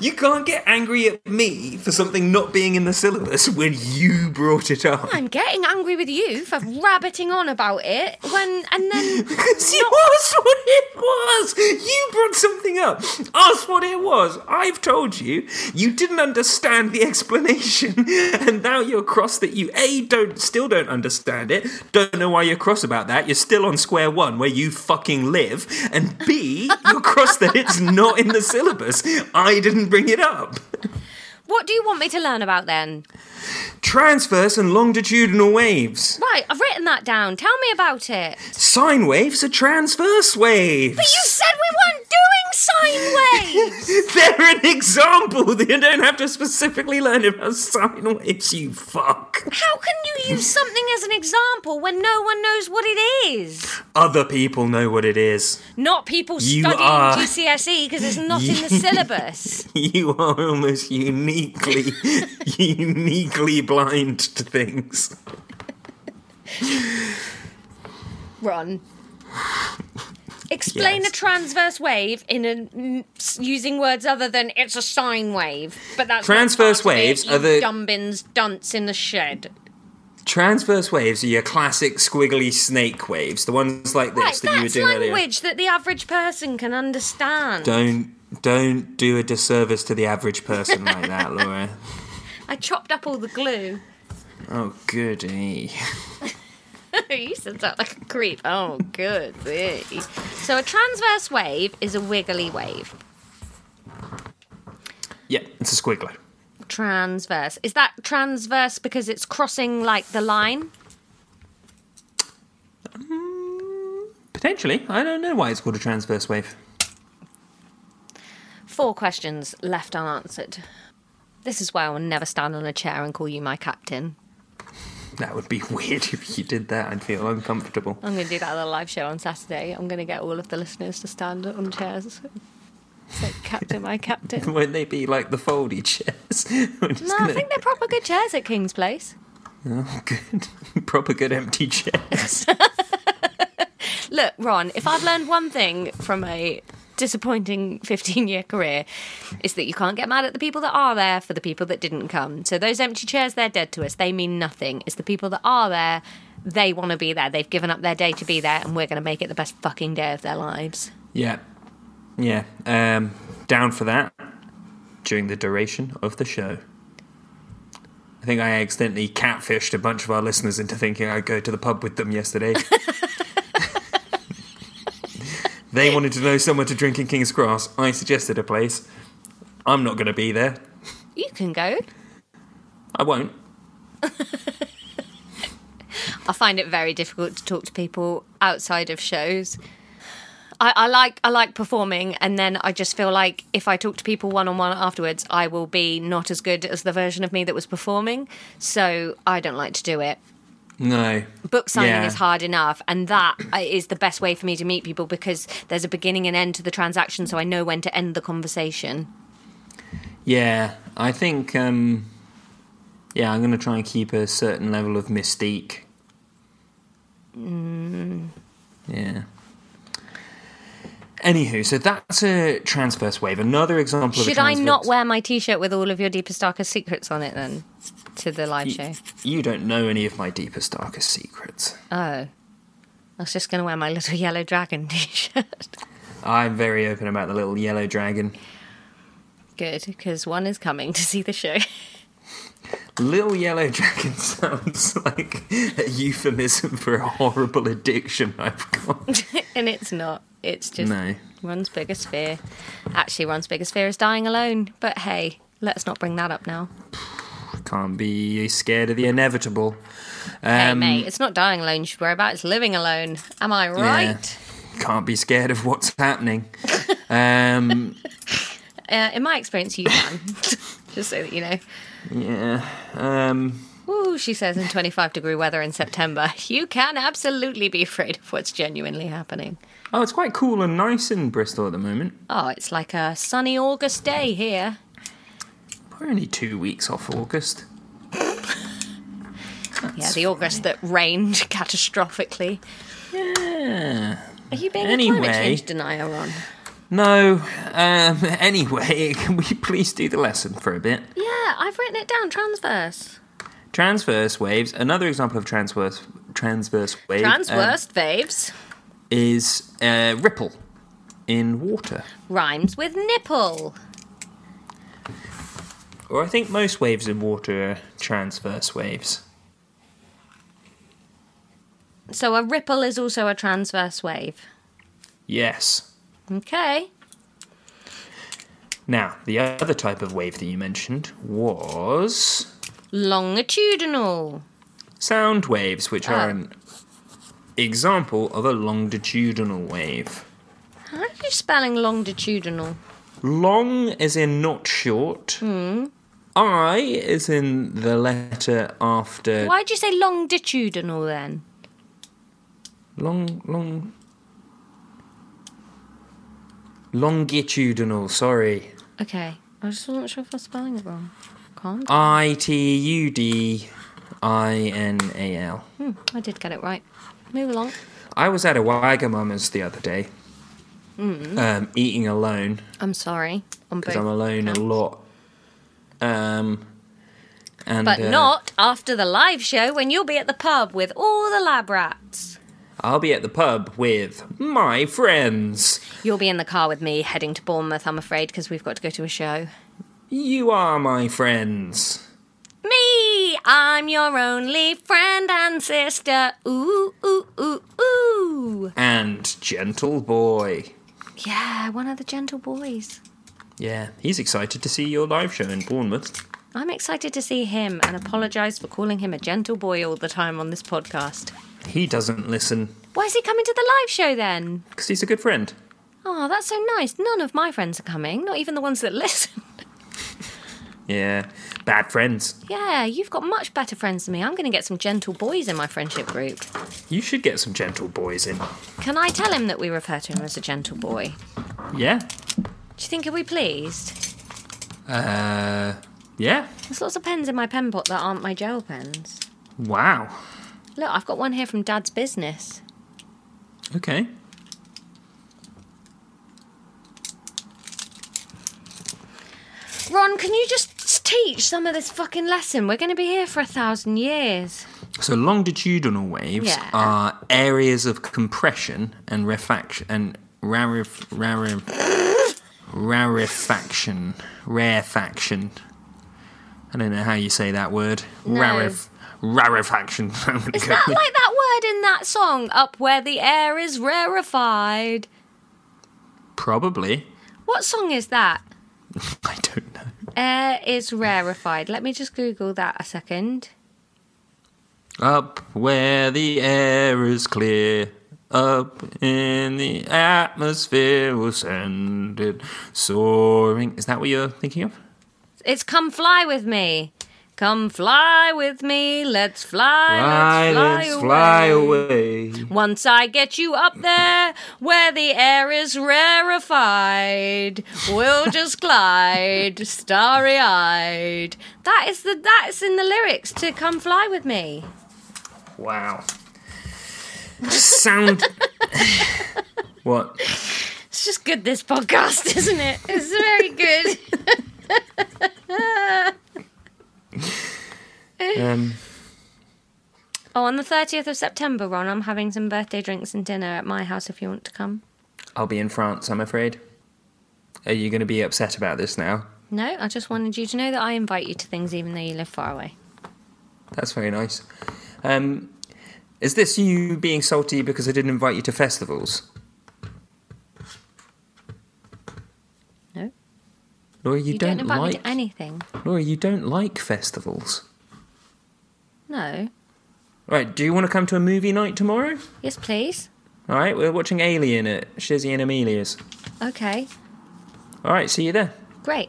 You can't get angry at me for something not being in the syllabus when you brought it up.
I'm getting angry with you for rabbiting on about it when, and then
Because it was what it was. You brought something up. Asked what it was. I've told you. You didn't understand the explanation, and now you're cross that you a don't still don't understand it. Don't know why you're cross about that. You're still on square one where you fucking live, and b you're cross that it's not in the syllabus. I didn't bring it up.
what do you want me to learn about then?
Transverse and longitudinal waves.
Right, I've written that down. Tell me about it.
Sine waves are transverse waves.
You said we weren't doing sine waves.
They're an example. You don't have to specifically learn about sine waves, you fuck.
How can you use something as an example when no one knows what it is?
Other people know what it is.
Not people
You
studying
are-
GCSE
E
because it's not in the syllabus.
You are almost uniquely, uniquely blind to things.
Ron. Explain
Yes.
a transverse wave in a, mm, s- using words other than it's a sine wave, but that's not
Transverse
part of it,
waves
you
are the-
dumbins dunce in the shed.
Transverse waves are your classic squiggly snake waves, the ones like this
Right,
that you were
that's
doing earlier.
language that the average person can understand.
Don't don't do a disservice to the average person like that, Laura.
I chopped up all the glue.
Oh goody.
you said that like a creep. Oh, good. eh. So a transverse wave is a wiggly wave.
Yeah, it's a squiggler.
Transverse. Is that transverse because it's crossing like the line?
Potentially, I don't know why it's called a transverse wave.
Four questions left unanswered. This is why I will never stand on a chair and call you my captain.
That would be weird if you did that. I'd feel uncomfortable.
I'm going to do that at the live show on Saturday. I'm going to get all of the listeners to stand up on chairs. It's like, Captain, my captain.
Won't they be like the foldy chairs? We're just
No, I
gonna-
think they're proper good chairs at King's Place.
Oh, good. Proper good empty chairs.
Look, Ron, if I've learned one thing from a disappointing 15 year career, it's that you can't get mad at the people that are there for the people that didn't come. So those empty chairs, they're dead to us. They mean nothing. It's the people that are there. They want to be there. They've given up their day to be there, and we're going to make it the best fucking day of their lives.
yeah. Yeah. Um, down for that during the duration of the show. I think I accidentally catfished a bunch of our listeners into thinking I'd go to the pub with them yesterday. they wanted to know somewhere to drink in King's Cross. I suggested a place. I'm not going to be there.
You can go.
I won't.
I find it very difficult to talk to people outside of shows. I, I like I like performing, and then I just feel like if I talk to people one on one afterwards, I will be not as good as the version of me that was performing. So I don't like to do it.
No.
Book signing
Yeah.
is hard enough, and that is the best way for me to meet people because there's a beginning and end to the transaction, so I know when to end the conversation.
Yeah, I think. Um, yeah, I'm going to try and keep a certain level of mystique.
Mm.
Yeah. Anywho, so that's a transverse wave. Another example of a
Should I not
transverse-
wear my T-shirt with all of your deepest darkest secrets on it then to the live show?
You don't know any of my deepest, darkest secrets.
Oh. I was just going to wear my little yellow dragon t shirt.
I'm very open about the little yellow dragon.
Good, because one is coming to see the show.
Little yellow dragon sounds like a euphemism for a horrible addiction I've got.
and it's not. It's just
No.
Ron's biggest fear. Actually, Ron's biggest fear is dying alone. But hey, let's not bring that up now.
Can't be scared of the inevitable.
Hey,
Um,
mate, it's not dying alone you should worry about. It's living alone. Am I right?
can't be scared of what's happening. Um,
Uh, in my experience, you can. just so that you know.
yeah. Um,
Ooh, she says in 25 degree weather in September, you can absolutely be afraid of what's genuinely happening.
oh, it's quite cool and nice in Bristol at the moment.
Oh, it's like a sunny August day here.
We're only two weeks off August.
Yeah, the August that rained catastrophically.
Yeah.
Are you being a
Anyway.
climate change denier, Ron?
No. Um, anyway, can we please do the lesson for a bit?
Yeah, I've written it down. Transverse.
Transverse waves. Another example of transverse transverse wave um,
Transverse babes
is uh, ripple in water.
rhymes with nipple.
Or I think most waves in water are transverse waves.
So a ripple is also a transverse wave.
Yes.
Okay.
Now, the other type of wave that you mentioned was
Longitudinal.
sound waves, which
Ah.
are an example of a longitudinal wave.
How are you spelling longitudinal?
Long is in not short. I is in the letter after
Why'd you say longitudinal then?
long, long, longitudinal. Sorry,
Okay. I just wasn't sure if I was spelling it wrong. Calm. down.
I T U D I N A L.
Hmm, I did get it right. Move along.
I was at a Wagamama's the other day,
Mm.
um, eating alone.
I'm sorry. On both.
because I'm alone a lot. Um, and
But
uh,
not after the live show when you'll be at the pub with all the lab rats.
I'll be at the pub with my friends.
You'll be in the car with me heading to Bournemouth, I'm afraid, because we've got to go to a show.
You are my friends.
Me! I'm your only friend and sister. Ooh, ooh, ooh, ooh.
And gentle boy.
Yeah, one of the gentle boys.
Yeah, he's excited to see your live show in Bournemouth.
I'm excited to see him and apologise for calling him a gentle boy all the time on this podcast.
He doesn't listen
Why is he coming to the live show then?
because he's a good friend.
Oh, that's so nice. None of my friends are coming, not even the ones that listen.
Yeah. Bad friends.
Yeah, you've got much better friends than me. I'm going to get some gentle boys in my friendship group.
You should get some gentle boys in.
Can I tell him that we refer to him as a gentle boy?
Yeah.
Do you think he'll be pleased?
Uh, yeah.
There's lots of pens in my pen pot that aren't my gel pens.
Wow.
Look, I've got one here from Dad's business.
Okay.
Ron, can you just teach some of this fucking lesson? We're going to be here for a thousand years.
So longitudinal waves
Yeah.
are areas of compression and refaction and raref, raref, rarefaction, rarefaction. I don't know how you say that word.
No.
Raref, rarefaction. I'm gonna
Is
go
that
with-
like that word in that song, Up Where the Air is Rarefied?
Probably.
What song is that?
I don't know.
Air is rarefied. Let me just Google that a second.
Up where the air is clear, up in the atmosphere we'll send it soaring. Is that what you're thinking of?
It's Come Fly With Me. Come fly with me, let's fly,
Fly,
let's fly,
let's
away.
fly away.
Once I get you up there, where the air is rarefied, we'll just glide, starry-eyed. That is the that's in the lyrics to "Come Fly with Me."
Wow. Sound. what?
It's just good this podcast, isn't it? It's very good.
Um,
Oh, on the 30th of September, Ron, I'm having some birthday drinks and dinner at my house if you want to come.
I'll be in France, I'm afraid. Are you going to be upset about this now?
No, I just wanted you to know that I invite you to things even though you live far away.
That's very nice. Um, is this you being salty because I didn't invite you to festivals?
No.
Laura, you,
You
don't,
don't, invite
like
me to anything.
Laura, you don't like festivals.
No.
Right, do you want to come to a movie night tomorrow?
Yes, please.
All right, we're watching Alien at Shizzy and Amelia's.
Okay.
All right, see you there.
Great.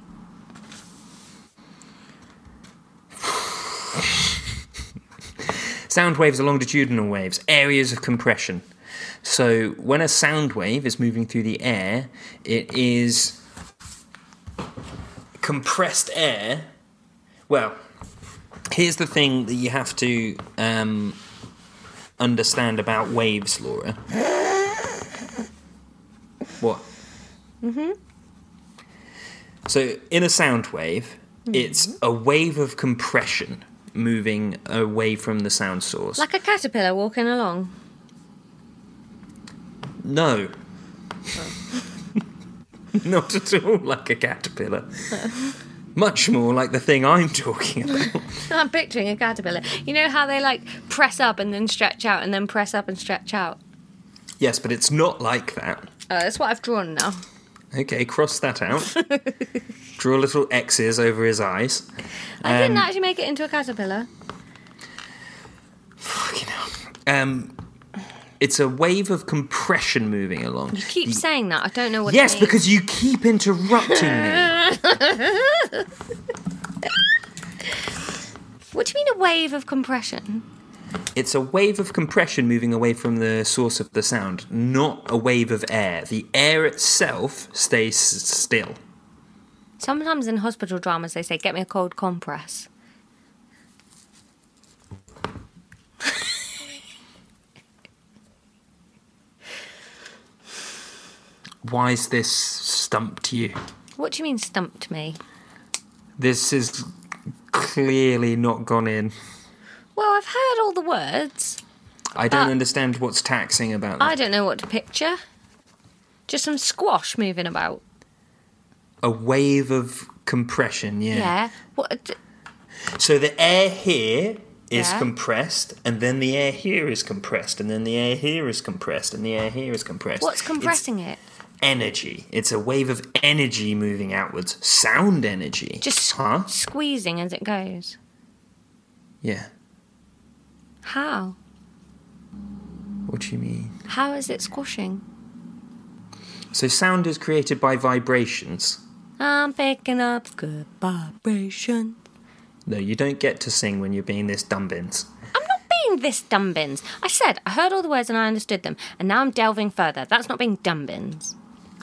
Sound waves are longitudinal waves, areas of compression. So when a sound wave is moving through the air, it is compressed air. Well, here's the thing that you have to um, understand about waves, Laura. What? Mm-hmm. So in a sound wave, it's a wave of compression moving away from the sound source.
Like a caterpillar walking along.
No. Not at all like a caterpillar. Much more like the thing I'm talking about.
I'm picturing a caterpillar. You know how they like press up and then stretch out and then press up and stretch out?
yes, but it's not like that.
Uh, that's what I've drawn now.
Okay, cross that out. Draw little X's over his eyes.
I didn't
Um,
actually make it into a caterpillar.
Fucking hell. Um, it's a wave of compression moving along.
You keep saying that. I don't know what it
Yes,
means.
because you keep interrupting me.
What do you mean a wave of compression?
It's a wave of compression moving away from the source of the sound, not a wave of air. The air itself stays s- still.
Sometimes in hospital dramas they say, get me a cold compress.
Why's this stumped you?
What do you mean stumped me?
This is clearly not gone in.
Well, I've heard all the words.
I don't
But-
understand what's taxing about
Uh, I
that.
don't know what to picture. Just some squash moving about.
A wave of compression, yeah.
Yeah. What? d-
So the air here is
Yeah.
compressed, and then the air here is compressed, and then the air here is compressed, and the air here is compressed.
What's
It's
compressing it?
energy. It's a wave of energy moving outwards. Sound energy.
Just
huh?
squeezing as it goes.
Yeah.
How?
What do you mean?
How is it squashing?
So sound is created by vibrations.
I'm picking up good vibrations.
No, you don't get to sing when you're being this dumbins.
I'm not being this dumbins. I said I heard all the words and I understood them, and now I'm delving further. That's not being dumbins.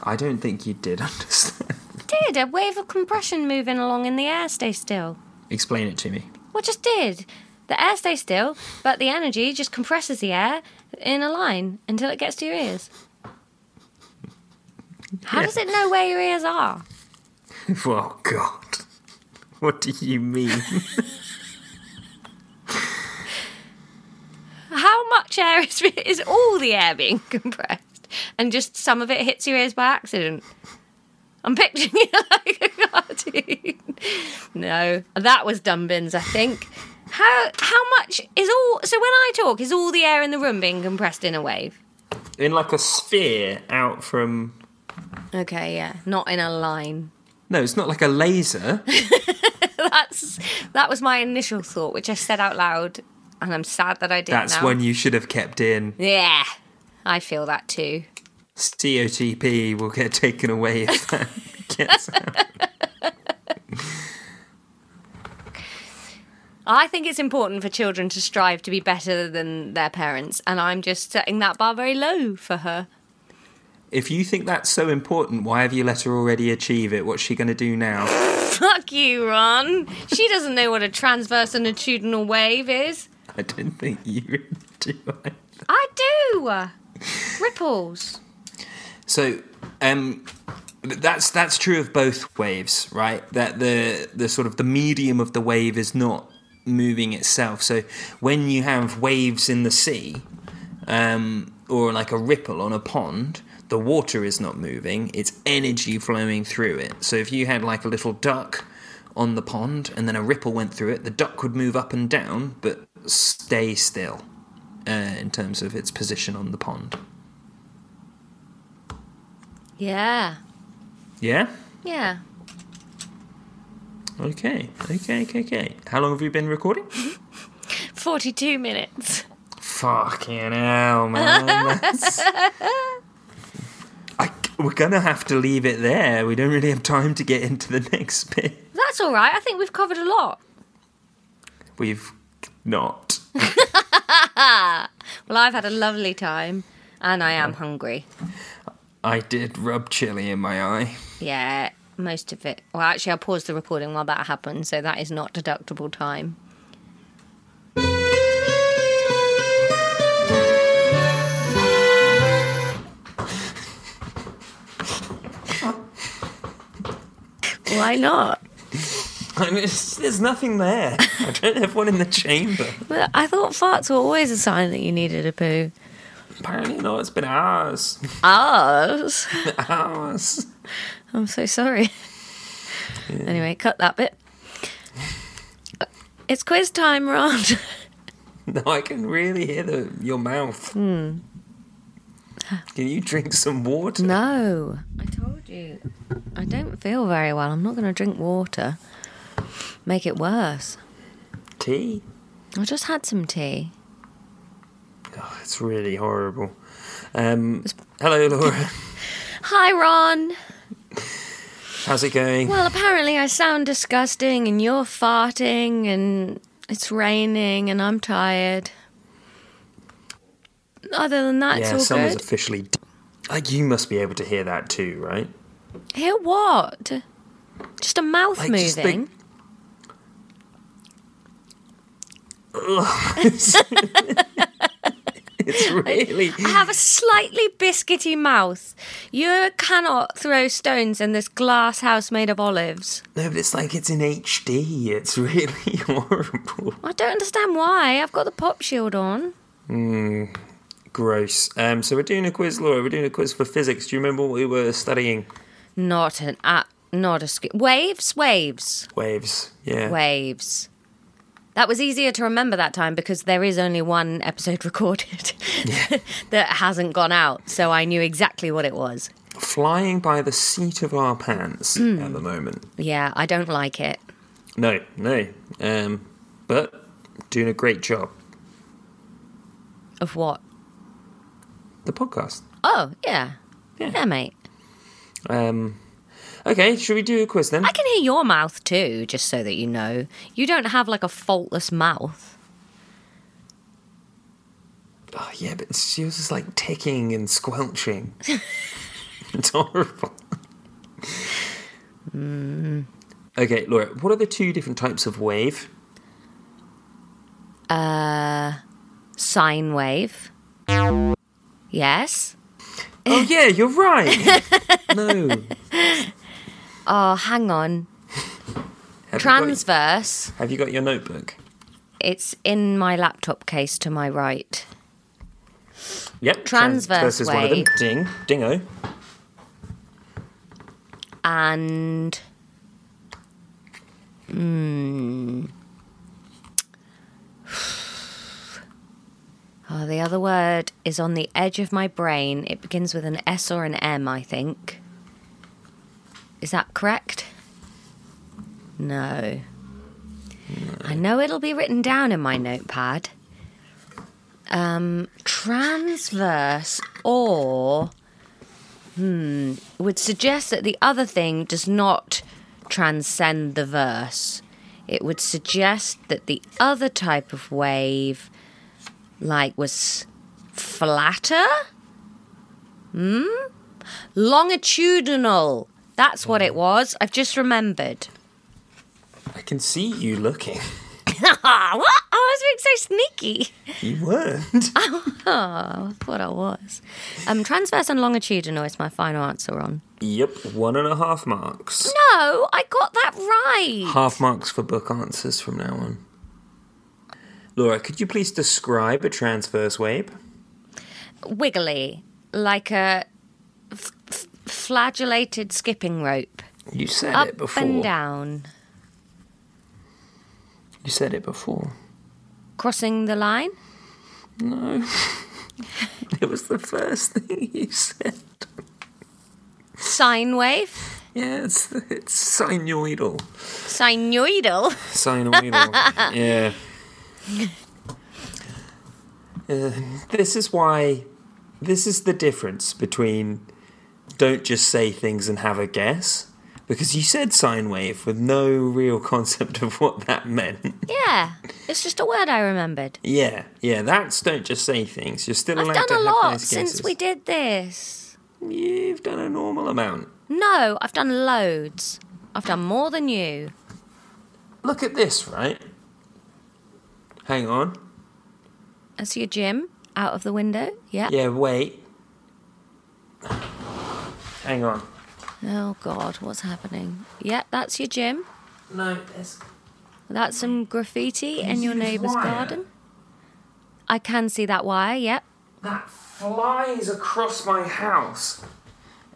I don't think you did understand.
Did a wave of compression moving along in the air stay still?
Explain it to me.
Well, just did. The air stays still, but the energy just compresses the air in a line until it gets to your ears. How does it know where your ears are?
Oh, God. What do you mean?
How much air is, is all the air being compressed? And just some of it hits your ears by accident. I'm picturing it like a cartoon. No, that was Dumbins, I think. How how much is all? So when I talk, is all the air in the room being compressed in a wave?
In like a sphere out from.
Okay, yeah, not in a line.
No, it's not like a laser.
That's that was my initial thought, which I said out loud, and I'm sad that I did.
That's
now.
when you should have kept in.
Yeah, I feel that too.
COTP will get taken away if that gets out.
I think it's important for children to strive to be better than their parents, and I'm just setting that bar very low for her.
If you think that's so important, why have you let her already achieve it? What's she going to do now?
Fuck you, Ron. She doesn't know what a transverse longitudinal wave is.
I don't think you really do. either.
I do. Ripples.
So, um, that's that's true of both waves, right? That the the sort of the medium of the wave is not moving itself. So when you have waves in the sea, um, or like a ripple on a pond, the water is not moving. It's energy flowing through it. So if you had like a little duck on the pond and then a ripple went through it, the duck would move up and down but stay still uh, in terms of its position on the pond.
Yeah.
Yeah.
Yeah.
Okay, okay, okay, okay. How long have you been recording?
42 minutes.
Fucking hell, man. That's- I, we're gonna have to leave it there. We don't really have time to get into the next bit.
That's all right. I think we've covered a lot.
We've not.
Well, I've had a lovely time and I am hungry.
I did rub chili in my eye.
Yeah, most of it. Well, actually, I'll pause the recording while that happens, so that is not deductible time. Why not?
And it's, there's nothing there. I don't have one in the chamber.
Well, I thought farts were always a sign that you needed a poo.
Apparently not. It's been hours.
Ours.
Hours.
I'm so sorry. Anyway, cut that bit. It's quiz time, Ron.
No, I can really hear the, your mouth. Can you drink some water?
No.
I told you. I don't feel very well. I'm not going to drink water.
Make it worse.
Tea?
I just had some tea.
Oh, it's really horrible. Um, hello, Laura.
Hi, Ron.
How's it going?
Well, apparently I sound disgusting and you're farting and it's raining and I'm tired. Other than that,
yeah,
it's all
summer's
good.
officially. D- like you must be able to hear that too, right?
Hear what? Just a mouth
Like, just
moving.
think- Ugh. it's really.
I have a slightly biscuity mouth. You cannot throw stones in this glass house made of olives.
No, but it's like it's in HD. It's really horrible.
I don't understand why. I've got the pop shield on.
Gross. Um, so we're doing a quiz, Laura. We're doing a quiz for physics. Do you remember what we were studying?
Not an app. Not a sk- waves, waves,
Waves.
Uh.
Yeah.
waves. That was easier to remember that time because there is only one episode recorded that hasn't gone out, so I knew exactly what it was.
Flying by the seat of our pants
Hmm.
at the moment.
Yeah, I don't like it.
No, no. Um, but doing a great job.
Of what?
The podcast.
Oh, yeah,
Yeah.
yeah, mate.
Um, Okay, should we do a quiz then?
I can hear your mouth too, just so that you know. You don't have like a faultless mouth.
Oh, yeah, but she was just like ticking and squelching. it's horrible.
Hmm.
Okay, Laura, what are the two different types of wave?
Sine wave. Yes. Eh.
Oh, yeah, you're right. no.
Oh, hang on.
Have You
Transverse.
got, have you got your notebook?
It's in my laptop case to my right.
Yep.
Transverse
is one of them.
wave.
Ding. Dingo.
And. Mm. Oh, the other word is on the edge of my brain. It begins with an S or an M, I think. Is that correct? No. I know it'll be written down in my notepad. Um, transverse or would suggest that the other thing does not transcend the verse. It would suggest that the other type of wave, like, was flatter? Hmm? Longitudinal. That's what it was. I've just remembered.
I can see you looking.
what? I was being so sneaky.
You weren't.
Ah. Oh, I thought I was. Um, transverse and longitudinal is my final answer on.
yep, one and a half marks.
No, I got that right.
Half marks for book answers from now on. Laura, could you please describe a transverse wave?
wiggly, like a f- f- flagellated skipping rope,
You said it
up
before.
and down,
You said it before.
crossing the line.
No. it was the first thing you said.
Sine wave,
Yeah, it's, it's sinusoidal.
sinusoidal.
Sinusoidal. yeah. Uh, this is why. This is the difference between don't just say things and have a guess. Because you said sine wave with no real concept of what that meant.
Yeah, it's just a word I remembered.
Yeah, yeah, that's don't just say things. You're still allowed
I've
to
done a
have
lot
nice
since
guesses.
we did this.
You've done a normal amount.
No, I've done loads. I've done more than you.
Look at this, right? Hang on.
I see a gym out of the window. Yeah.
Yeah, wait. Hang on.
Oh God, what's happening? Yeah, that's your gym.
No, it's
That's some graffiti in
you
your
see this
neighbour's
wire?
garden. I can see that wire. Yep.
that flies across my house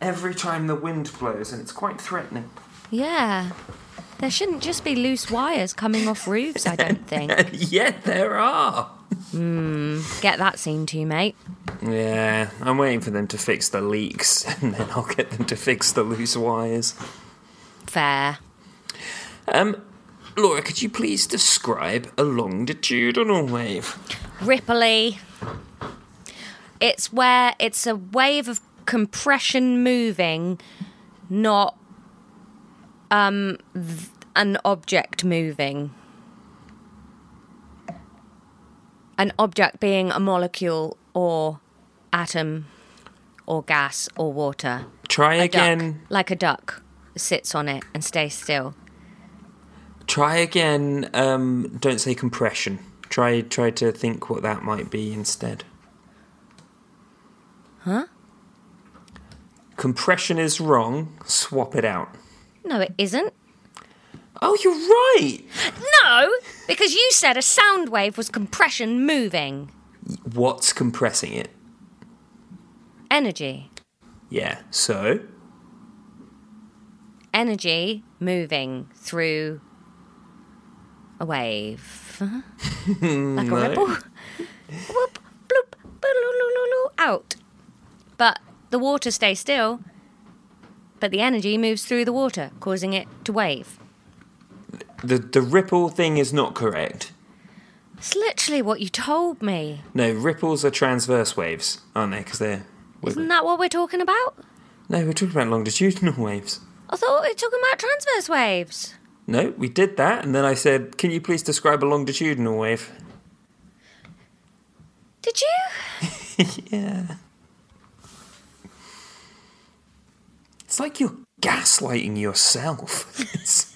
every time the wind blows, and it's quite threatening.
Yeah. There shouldn't just be loose wires coming off roofs, I don't think.
yeah, there are.
Get that seen to you, mate.
Yeah, I'm waiting for them to fix the leaks, and then I'll get them to fix the loose wires.
Fair.
Um, Laura, could you please describe a longitudinal wave?
Ripply. It's where it's a wave of compression moving, not um th- an object moving. An object being a molecule or atom or gas or water.
Try
duck,
again.
like a duck sits on it and stays still.
Try again. Um, don't say compression. Try try to think what that might be instead.
Huh?
Compression is wrong. Swap it out.
No, it isn't.
Oh, you're right.
No, because you said a sound wave was compression moving
What's compressing it?
energy.
Yeah. So
Energy moving through a wave. Huh? like a ripple. Whoop, bloop, bloop, out. But the water stays still, but the energy moves through the water, causing it to wave.
the the ripple thing is not correct.
It's literally what you told me.
No, ripples are transverse waves, aren't they? Because they're
Isn't that what we're talking about?
no, we're talking about longitudinal waves.
I thought we were talking about transverse waves.
No, we did that, and then I said, "Can you please describe a longitudinal wave?"
Did you?
yeah. It's like you're gaslighting yourself. It's-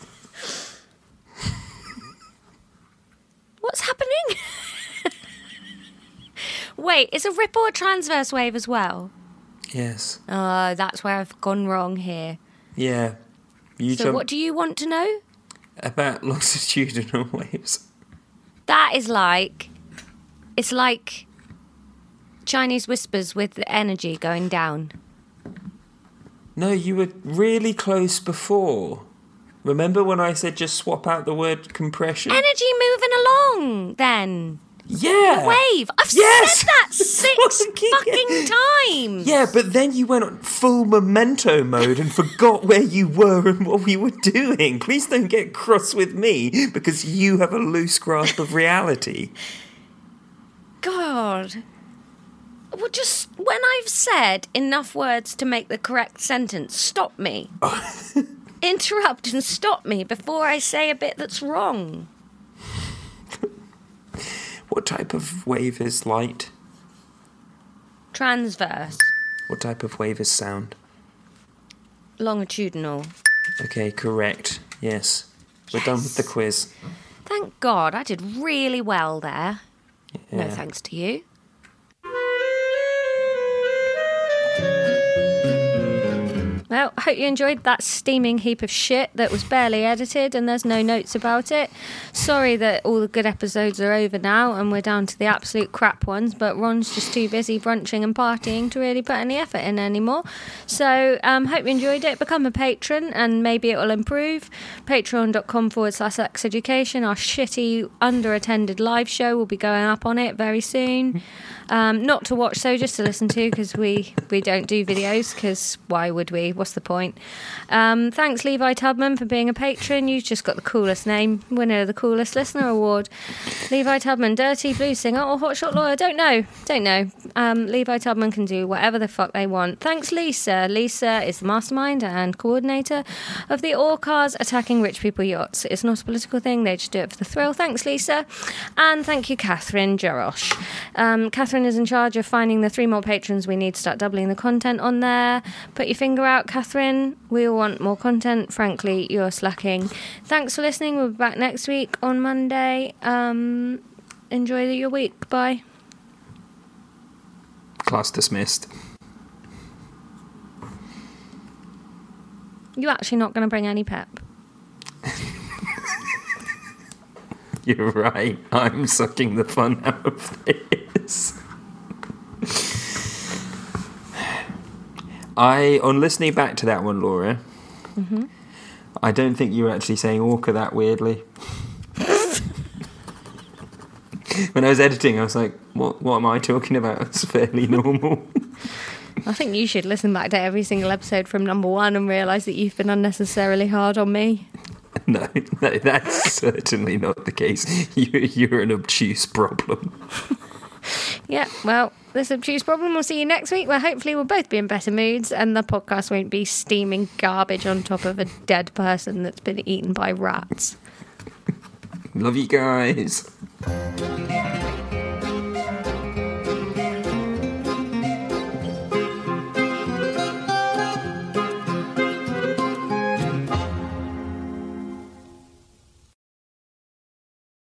What's happening? Wait, is a ripple a transverse wave as well?
yes.
Uh, that's where I've gone wrong here.
Yeah. You
So,
jump
what do you want to know?
about longitudinal waves.
That is like, it's like Chinese whispers with the energy going down.
No, you were really close before. Remember when I said just swap out the word compression?
Energy moving along, then.
yeah.
Wave. I've
Yes!
said that six
Fucking-
fucking times.
Yeah, but then you went on full memento mode and forgot where you were and what we were doing. Please don't get cross with me because you have a loose grasp of reality.
God. Well, just when I've said enough words to make the correct sentence, stop me. Interrupt and stop me before I say a bit that's wrong.
What type of wave is light?
Transverse,
What type of wave is sound?
longitudinal.
Okay, correct. Yes. We're done with the quiz.
Thank God, I did really well there. No
Yeah.
thanks to you. Well, I hope you enjoyed that steaming heap of shit that was barely edited and there's no notes about it. Sorry that all the good episodes are over now and we're down to the absolute crap ones, but Ron's just too busy brunching and partying to really put any effort in anymore. So, um, hope you enjoyed it. Become a patron and maybe it'll improve. Patreon.com forward slash X Education. Our shitty, underattended live show will be going up on it very soon. Um, not to watch, so just to listen to because we, we don't do videos because why would we? What's the point? Um, thanks, Levi Tubman, for being a patron. You've just got the coolest name, winner of the coolest listener award. Levi Tubman, dirty blues singer or hotshot lawyer? Don't know. Don't know. Um, Levi Tubman can do whatever the fuck they want. Thanks, Lisa. Lisa is the mastermind and coordinator of the Orcars attacking rich people yachts. It's not a political thing, they just do it for the thrill. Thanks, Lisa. And thank you, Catherine Jarosh. Um, Catherine is in charge of finding the three more patrons we need to start doubling the content on there. Put your finger out, Catherine. We all want more content. Frankly, you're slacking. Thanks for listening. We'll be back next week on Monday. Um, enjoy your week. Bye.
Class dismissed.
You're actually not going to bring any pep.
You're right. I'm sucking the fun out of this. I, on listening back to that one, Laura, I don't think you were actually saying orca that weirdly. when I was editing, I was like, what, what am I talking about? It's fairly normal.
I think you should listen back to every single episode from number one and realise that you've been unnecessarily hard on me.
no, no, that's certainly not the case. You, you're an obtuse problem.
Yeah, well, this obtuse problem. We'll see you next week, where hopefully we'll both be in better moods and the podcast won't be steaming garbage on top of a dead person that's been eaten by rats.
Love you guys.